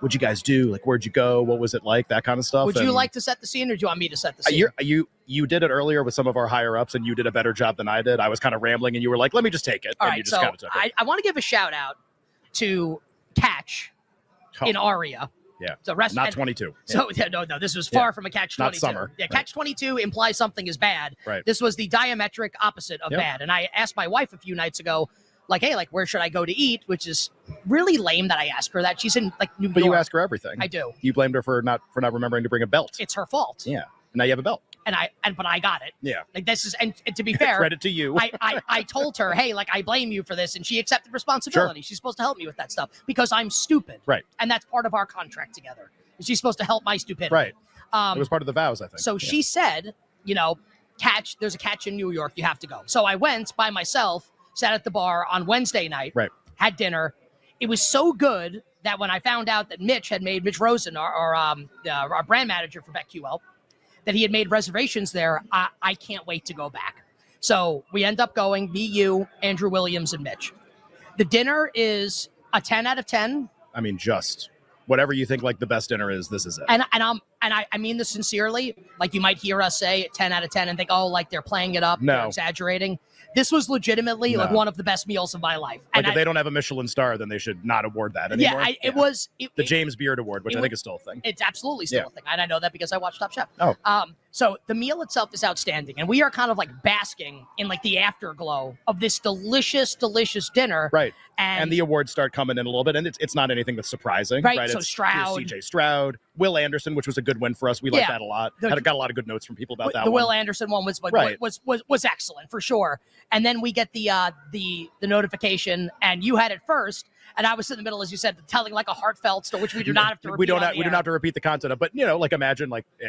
what'd you guys do? Like, where'd you go? What was it like? That kind of stuff. Would you And Uh, like to set the scene, or do you want me to set the scene? you you you did it earlier with some of our higher ups, and you did a better job than I did. I was kind of rambling, and you were like, "Let me just take it," All and you right, just so kind of took I, it. I want to give a shout out to Catch Oh, in Aria. Yeah. So rest not and- twenty two. So yeah, no, no, this was far from a catch Not twenty-two. summer. Yeah, Right. catch twenty-two implies something is bad. Right. This was the diametric opposite of Yep. bad. And I asked my wife a few nights ago, like, hey, like, where should I go to eat? Which is really lame that I asked her that. She's in like New but York. you asked her everything. I do. You blamed her for not for not remembering to bring a belt. It's her fault. Yeah. And now you have a belt. And I and but I got it. Yeah. Like this is and, and to be fair, Credit to you. I, I, I told her, hey, like, I blame you for this. And she accepted responsibility. She's supposed to help me with that stuff because I'm stupid. Right. And that's part of our contract together. And she's supposed to help my stupidity. right. Um, it was part of the vows, I think. so Yeah. she said, you know, catch, there's a catch in New York. You have to go. So I went by myself, sat at the bar on Wednesday night, Right. had dinner. It was so good that when I found out that Mitch had made, Mitch Rosen, our, our, um, uh, our brand manager for BetQL, that he had made reservations there, I, I can't wait to go back. So we end up going, me, you, Andrew Williams, and Mitch. The dinner is a 10 out of 10. I mean, just whatever you think like the best dinner is, this is it. and and I'm and I, I mean this sincerely. Like you might hear us say 10 out of 10 and think, oh, like they're playing it up, they're No. exaggerating. This was legitimately like No. one of the best meals of my life. like And if I- they don't have a Michelin star, then they should not award that yeah, anymore. I, it was it, the it- James Beard Award, which it I was- think is still a thing. It's absolutely still Yeah. a thing, and I know that because I watched Top Chef. Oh. um, so the meal itself is outstanding, and we are kind of like basking in like the afterglow of this delicious, delicious dinner. Right. and, and the awards start coming in a little bit, and it's, it's not anything that's surprising, Right, right? so It's- Stroud. it's CJ Stroud, Will Anderson, which was a good win for us. We Yeah. liked that a lot. The- Had- got a lot of good notes from people about the that. Will one. Anderson one was was, Right. was was was excellent for sure. And then we get the uh the the notification, and you had it first, and I was in the middle, as you said, telling like a heartfelt story, which we do not have to. we repeat don't on have, the we do air. not have to repeat the content of, but you know, like imagine like eh,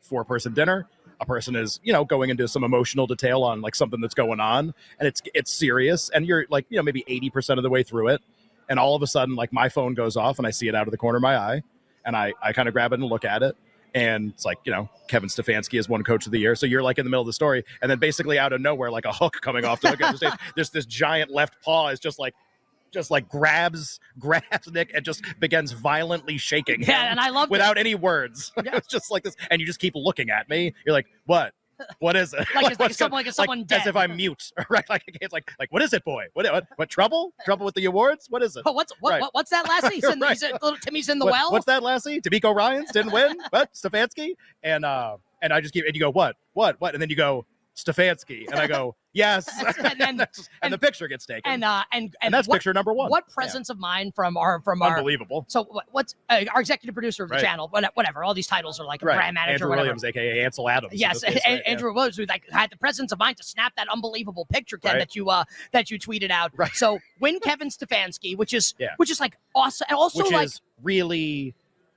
four person dinner. A person is you know going into some emotional detail on like something that's going on, and it's it's serious, and you're like you know maybe eighty percent of the way through it, and all of a sudden like my phone goes off, and I see it out of the corner of my eye, and I I kind of grab it and look at it. And it's like, you know, Kevin Stefanski is one coach of the year. So you're like in the middle of the story. And then basically out of nowhere, like a hook coming off to hook up the stage. There's this giant left paw is just like just like grabs grabs Nick and just begins violently shaking him Yeah, and I loved without any words. Yeah. it's just like this, and you just keep looking at me. You're like, what? What is it? Like it's- what's it's someone- going- like it's someone as dead. if I'm mute, right? Like it's like like what is it, boy? What what, what trouble? Uh, Trouble with the awards? What is it? But what's what, Right. what what's that last? He's in the, he's in, little Timmy's in the What- well. What's that, Lassie? D'Amico Ryan's didn't win. what Stefanski? And uh, and I just keep and you go what what what, and then you go Stefanski, and I go yes, And then- that's- and, and- the picture gets taken, And uh and and, And that's what, picture number one. What Yeah. presence of mind from our from our Unbelievable. so what, what's uh, our executive producer of the Right. channel? what- Whatever, all these titles are like a brand manager, Andrew whatever. Williams, aka Ansel Adams. in Yes, this case, A- right, yeah. Andrew Williams who, like had the presence of mind to snap that unbelievable picture, Ken, Right. that you uh that you tweeted out. Right. So win Kevin Stefanski, which is Yeah. which is like awesome, and also which like is really,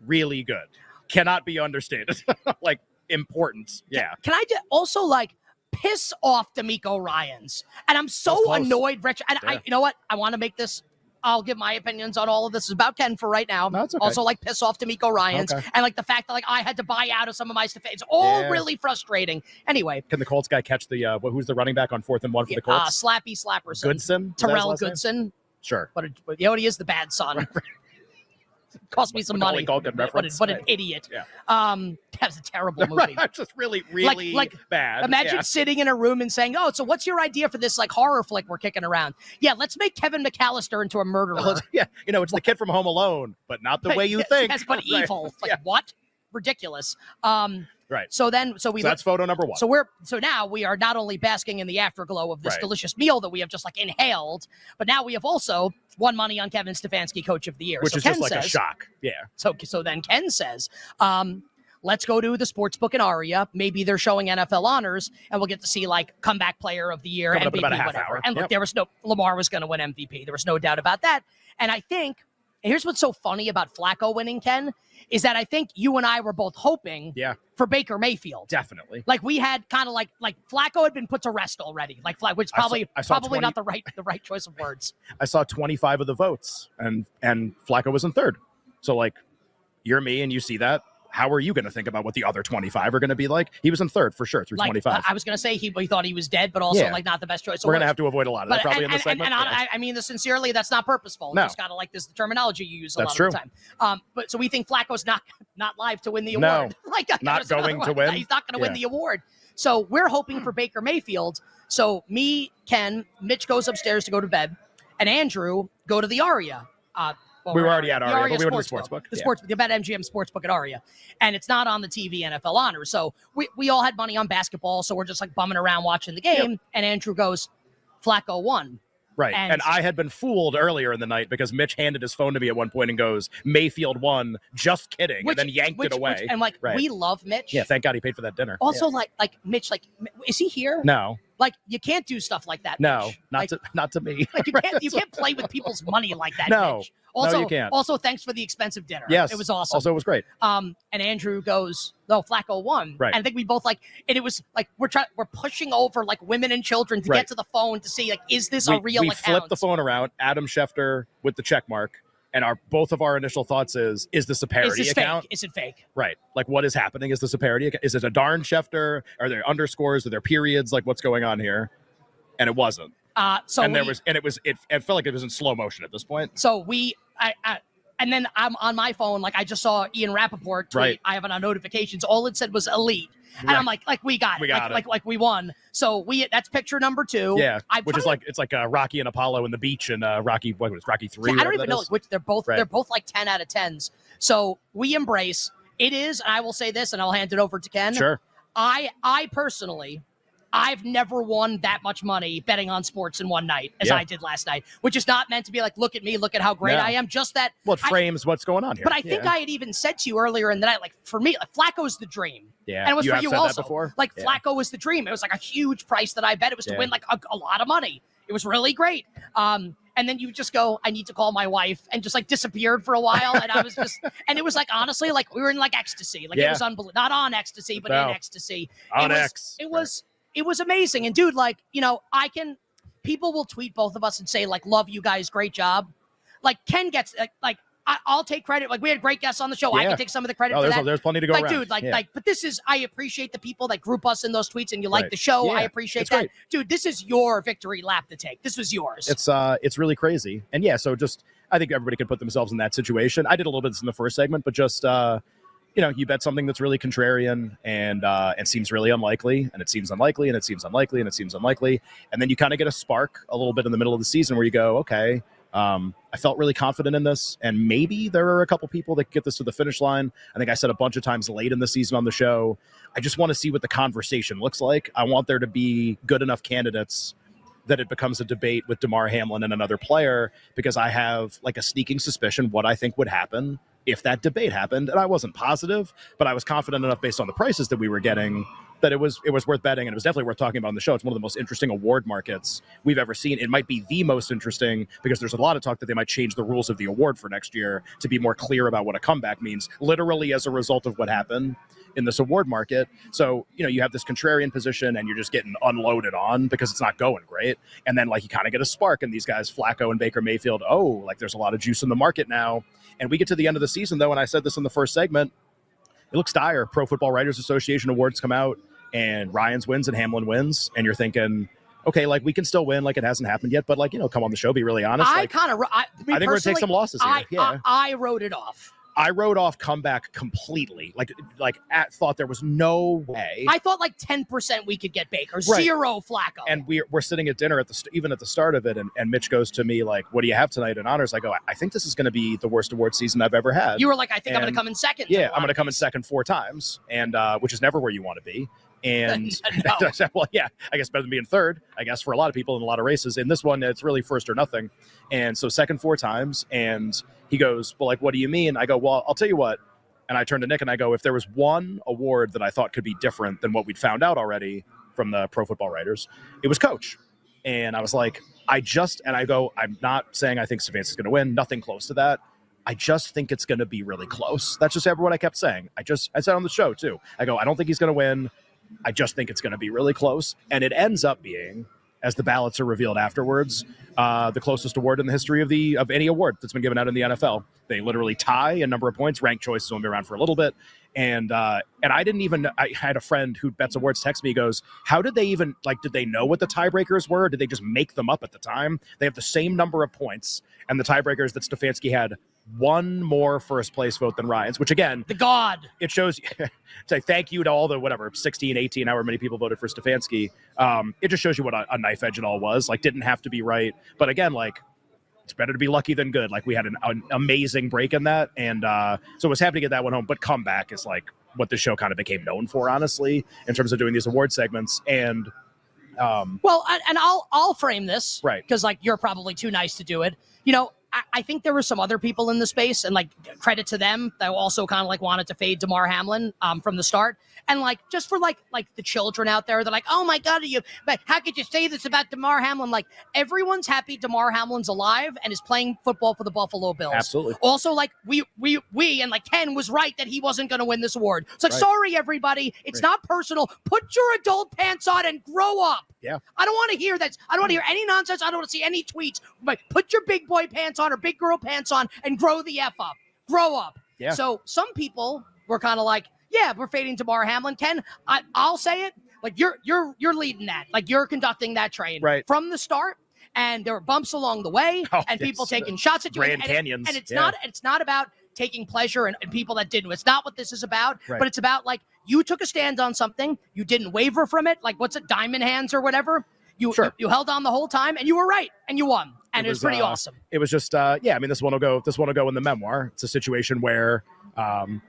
really good. Cannot be understated. like important. Yeah. can I ju- also like piss off D'Amico Ryan's? And I'm so That's close. annoyed, Rich. And I, Yeah. you know what? I want to make this I'll give my opinions on all of this. It's about 10 for right now. No, it's okay. Also, like piss off D'Amico Ryans Okay. and like the fact that like I had to buy out of some of my stuff. It's all Yeah. really frustrating. Anyway, Can the Colts guy catch the uh, wh- who's the running back on fourth and one for the uh, Colts? Slappy Slapperson. Goodson, Is that his Terrell last name? Goodson. Sure. What a, but, you know, he is the bad son. Cost me some Macaulay money. Culkin What, a- reference. what an idiot. Yeah. Um, that was a terrible movie. Right, just really, really like, bad. Imagine Yeah. sitting in a room and saying, "Oh, so what's your idea for this like horror flick we're kicking around?" Yeah, let's make Kevin McAllister into a murderer. yeah, you know, it's the kid from Home Alone, but not Oh, the way you Yes, think. Yes, but Right. evil. It's Like Yeah. what? Ridiculous. Um, Right. So then, so we. So that's photo number one. so we're so now we are not only basking in the afterglow of this Right. delicious meal that we have just like inhaled, but now we have also won money on Kevin Stefanski, coach of the year. which so is Ken just like says, a shock. Yeah. So so then Ken says, um, let's go to the sports book in Aria. Maybe they're showing NFL honors, and we'll get to see like comeback player of the year, Coming up in MVP, about a half whatever. hour. And look, Yep. there was no Lamar was going to win MVP. There was no doubt about that. And I think and here's what's so funny about Flacco winning, Ken, is that I think you and I were both hoping Yeah. for Baker Mayfield. Definitely. Like we had kind of like like Flacco had been put to rest already. Like Flacco, which I saw- probably I saw probably 20 not the right the right choice of words. I saw 25 of the votes, and and Flacco was in third. So like, you're me, and you see that. How are you going to think about what the other 25 are going to be like? He was in third for sure through Like 25. I I was gonna say he, he thought he was dead, but also Yeah. like not the best choice. of We're going words. to have to avoid a lot of that probably in and, the and- segment. and yeah. I, I mean this sincerely. That's not purposeful. No. It's kind of like this the terminology you use a That's lot of the time. Um, but so we think Flacco's not not live to win the No. award. like that Not was another going to one. win? He's not going to win Yeah. the award. So we're hoping for Baker Mayfield. So me, Ken, Mitch goes upstairs to go to bed, and Andrew go to the Aria. Uh, well, We were we're already at the Aria, but we went to the Sportsbook. Sportsbook. The Yeah. sports, the BetMGM Sportsbook at Aria, and it's not on the TV NFL Honor. So we, we all had money on basketball, so we're just like bumming around watching the game. And Andrew goes, Flacco won. Right. And- And, I had been fooled earlier in the night because Mitch handed his phone to me at one point and goes, Mayfield won, just kidding, and then yanked which- it which- away. and like Right. we love Mitch. yeah, thank God he paid for that dinner. also, like like Mitch, like m- is he here? Yeah. No, Like you can't do stuff like that. no, Mitch. not like, to not to me. like you can't you can't play with people's money like that. No. Mitch. Also, you can't. also thanks for the expensive dinner. Yes. it was awesome. Also, it was great. um, and Andrew goes, "No, Flacco won." Right. And I think we both like, and it was like we're trying, we're pushing over like women and children to Right. get to the phone to see like, is this we, a real we account? flipped the phone around. Adam Schefter with the check mark, and our both of our initial thoughts is: Is this a is parody this account? fake? Is it fake? Right. Like, what is happening? Is this a parody? account? Is it a darn Schefter? Are there underscores? Are there periods? Like, what's going on here? And it wasn't. Uh, so and there we- was, and it was, it, it felt like it was in slow motion at this point. So we, I, I, and then I'm on my phone. Like I just saw Ian Rappaport tweet. Right. I have it on notifications. All it said was elite, and I'm like, like we got it. We like, got it. like like we won. So we that's picture number two. Yeah, I which is probably- like it's like uh, Rocky and Apollo and the beach and uh, Rocky what was it, Rocky three. Yeah, I don't whatever even that know is. which they're both. Right. They're both like ten out of tens. So we embrace it is, and I will say this, and I'll hand it over to Ken. Sure, I I personally I've never won that much money betting on sports in one night as Yeah. I did last night, which is not meant to be like, look at me, look at how great No. I am. Just that well, it I- frames what's going on here. But I think yeah. I had even said to you earlier in the night, like for me, like, Flacco's the dream. yeah, And it was for have you said also. That before? Like Yeah. Flacco was the dream. It was like a huge price that I bet. It was to Yeah. win like a, a lot of money. It was really great. Um, and then you just go, I need to call my wife, and just like disappeared for a while. And I was just, and it was like honestly, like we were in like ecstasy. Like it Yeah. was unbelievable. Not on ecstasy, but in No. ecstasy. on it was, X. It was it was amazing. And dude, like, you know, I can people will tweet both of us and say, like, love you guys, great job. Like Ken gets like, like I, I'll take credit. Like we had great guests on the show. I Yeah. can take some of the credit Oh, for there's, that. there's plenty to go Like, around. dude, like, Yeah. like, but this is I appreciate the people that group us in those tweets and you like Right. the show. I Yeah. appreciate It's that. great. Dude, this is your victory lap to take. This was yours. it's uh, it's really crazy. And yeah, so just I think everybody could put themselves in that situation. I did a little bit of this in the first segment, but just uh, you know, you bet something that's really contrarian and uh, and seems really unlikely, and it seems unlikely, and it seems unlikely, and it seems unlikely, and then you kind of get a spark a little bit in the middle of the season where you go, okay. Um, I felt really confident in this, and maybe there are a couple people that get this to the finish line. I think I said a bunch of times late in the season on the show, I just want to see what the conversation looks like. I want there to be good enough candidates that it becomes a debate with DeMar Hamlin and another player because I have like a sneaking suspicion what I think would happen if that debate happened. And I wasn't positive, but I was confident enough based on the prices that we were getting that it was it was worth betting and it was definitely worth talking about on the show. It's one of the most interesting award markets we've ever seen. It might be the most interesting because there's a lot of talk that they might change the rules of the award for next year to be more clear about what a comeback means, literally as a result of what happened in this award market. So, you know, you have this contrarian position and you're just getting unloaded on because it's not going great. And then, like, you kind of get a spark, and these guys, Flacco and Baker Mayfield, oh, like, there's a lot of juice in the market now. And we get to the end of the season, though, and I said this in the first segment it looks dire. Pro Football Writers Association awards come out, and Ryan's wins and Hamlin wins, and you're thinking, okay, like we can still win, like it hasn't happened yet, but like you know, come on the show, be really honest. I like, kind of, I, me I think we're gonna take personally, some losses here. I, yeah, I, I, I wrote it off. wrote off comeback completely. Like, like at thought there was no way. I thought like ten percent we could get Baker, Right. zero Flacco. and we're, we're sitting at dinner at the st- even at the start of it, and, and Mitch goes to me like, "What do you have tonight in honors?" I go, "I- "I think this is going to be the worst award season I've ever had." you were like, I think I'm going and- to come in second. yeah, I'm going to come in second four times, and uh, which is never where you want to be. And no. well, yeah, I guess better than being third. I guess for a lot of people in a lot of races. In this one, it's really first or nothing. And so second four times. And he goes, "Well, like, what do you mean?" I go, "Well, I'll tell you what." And I turn to Nick and I go, "If there was one award that I thought could be different than what we'd found out already from the Pro Football Writers, it was coach." And I was like, "I just," and I go, "I'm not saying I think Savance's going to win. Nothing close to that." I just think it's going to be really close. That's just what I kept saying. I just, I said on the show too. I go, I don't think he's going to win. I just think it's going to be really close. And it ends up being, as the ballots are revealed afterwards, uh, the closest award in the history of the of any award that's been given out in the NFL. They literally tie in number of points. Ranked choices will be around for a little bit. And uh, and I didn't even. I had a friend who bets awards text me. he Goes, how did they even like? Did they know what the tiebreakers were? Or did they just make them up at the time? They have the same number of points, and the tiebreakers that Stefanski had one more first place vote than Ryan's, which again The God. it shows say thank you to all the whatever 16 18 however many people voted for stefanski um, it just shows you what a, a knife edge it all was like didn't have to be right but again like it's better to be lucky than good like we had an, an amazing break in that and uh, so it was happy to get that one home but comeback is like what the show kind of became known for honestly in terms of doing these award segments and um, Well, and, and I'll I'll frame this Right. because like you're probably too nice to do it. You know, I, I think there were some other people in the space, and like credit to them that also kind of like wanted to fade Damar Hamlin um, from the start, and like just for like like the children out there, they're like, oh my god, are you, but how could you say this about Damar Hamlin? Like everyone's happy Damar Hamlin's alive and is playing football for the Buffalo Bills. absolutely Also, like we we we and like Ken was right that he wasn't going to win this award. It's like, Right. sorry everybody, it's Right. not personal. Put your adult pants on and grow up. Yeah. I don't want to hear that. I don't want to hear any nonsense. I don't want to see any tweets. But put your big boy pants on or big girl pants on and grow the f up. Grow up. Yeah. So some people were kind of like, yeah, we're fading Damar Hamlin. Ken, I, I'll say it. Like you're you're you're leading that. Like you're conducting that train Right. from the start. And there were bumps along the way, Oh, and people yes. taking shots at you. Grand and, and it- Canyons. and it's Yeah. not it's not about taking pleasure in, in people that didn't. It's not what this is about. Right. But it's about like you took a stand on something, you didn't waver from it. Like what's it, diamond hands or whatever. You Sure. you, you held on the whole time, and you were right, and you won, and It it was, was, pretty uh, awesome. it was just uh yeah i mean this one will go this one will go in the memoir it's a situation where um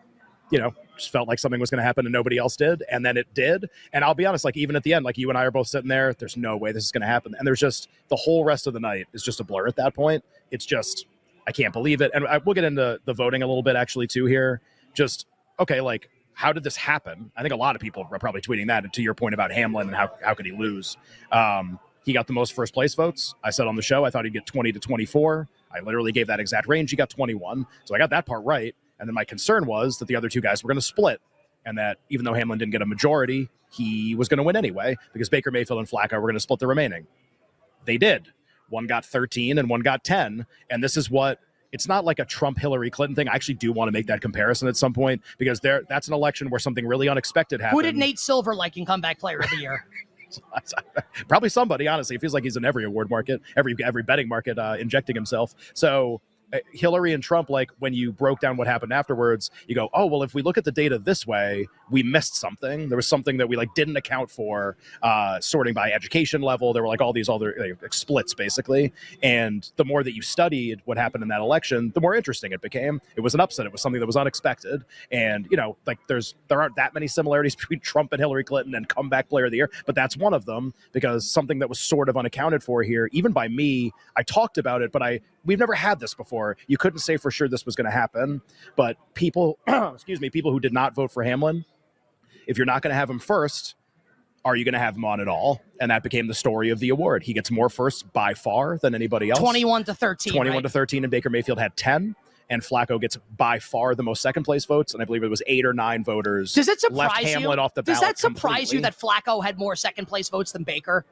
you know just felt like something was going to happen and nobody else did and then it did and i'll be honest like even at the end like you and i are both sitting there there's no way this is going to happen and there's just the whole rest of the night is just a blur at that point it's just i can't believe it and I, we'll get into the voting a little bit actually too here just okay like how did this happen i think a lot of people are probably tweeting that and to your point about hamlin and how, how could he lose um, he got the most first place votes. I said on the show, I thought he'd get 20 to 24. I literally gave that exact range. He got 21. So I got that part right. And then my concern was that the other two guys were going to split and that even though Hamlin didn't get a majority, he was going to win anyway because Baker Mayfield and Flacco were going to split the remaining. They did. One got 13 and one got 10. And this is what it's not like a Trump Hillary Clinton thing. I actually do want to make that comparison at some point because there that's an election where something really unexpected happened. Who did Nate Silver like in comeback player of the year? probably somebody honestly it feels like he's in every award market every every betting market uh, injecting himself so uh, hillary and trump like when you broke down what happened afterwards you go oh well if we look at the data this way we missed something there was something that we like didn't account for uh, sorting by education level there were like all these other like, splits basically and the more that you studied what happened in that election the more interesting it became it was an upset it was something that was unexpected and you know like there's there aren't that many similarities between trump and hillary clinton and comeback player of the year but that's one of them because something that was sort of unaccounted for here even by me i talked about it but i we've never had this before you couldn't say for sure this was going to happen but people excuse me people who did not vote for hamlin if you're not going to have him first are you going to have him on at all and that became the story of the award he gets more first by far than anybody else Twenty-one to thirteen. 21 right? to 13 and Baker Mayfield had 10 and Flacco gets by far the most second place votes, and I believe it was eight or nine voters. Does that surprise left you? Hamlin off the Does ballot that surprise you completely. that Flacco had more second place votes than Baker?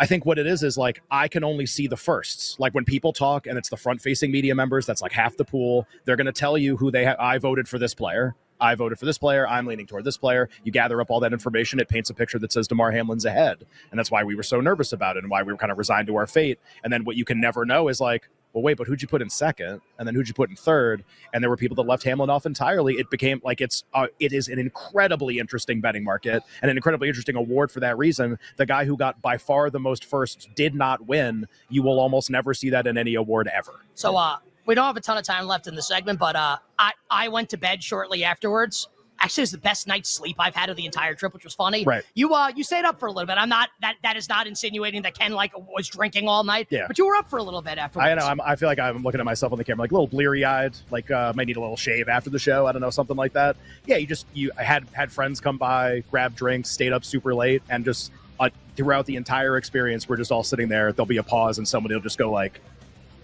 I think what it is is like I can only see the firsts. Like when people talk and it's the front facing media members, that's like half the pool. They're going to tell you who they have. I voted for this player. I voted for this player. I'm leaning toward this player. You gather up all that information. It paints a picture that says DeMar Hamlin's ahead. And that's why we were so nervous about it and why we were kind of resigned to our fate. And then what you can never know is like, well, wait, but who'd you put in second? And then who'd you put in third? And there were people that left Hamlin off entirely. It became like it's uh, it is an incredibly interesting betting market and an incredibly interesting award for that reason. The guy who got by far the most firsts did not win. You will almost never see that in any award ever. So uh, we don't have a ton of time left in the segment, but uh, I I went to bed shortly afterwards. Actually, it was the best night's sleep I've had of the entire trip, which was funny. Right. You uh, you stayed up for a little bit. I'm not that that is not insinuating that Ken like was drinking all night. Yeah. But you were up for a little bit afterwards. I know. I'm, I feel like I'm looking at myself on the camera, like a little bleary eyed. Like uh, might need a little shave after the show. I don't know, something like that. Yeah, you just you I had had friends come by, grab drinks, stayed up super late, and just uh, throughout the entire experience, we're just all sitting there. There'll be a pause, and somebody will just go like,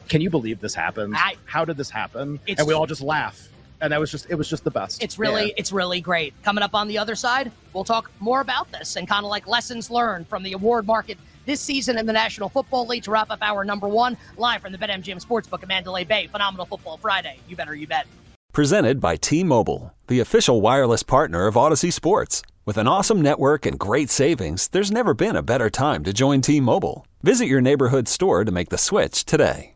"Can you believe this happened? I- How did this happen?" It's- And we all just laugh. And that was just it was just the best. It's really it's really great. Coming up on the other side, we'll talk more about this and kind of like lessons learned from the award market this season in the National Football League to wrap up our number one live from the BetMGM Sportsbook at Mandalay Bay. Phenomenal Football Friday. You better you bet. Presented by T Mobile, the official wireless partner of Odyssey Sports. With an awesome network and great savings, there's never been a better time to join T Mobile. Visit your neighborhood store to make the switch today.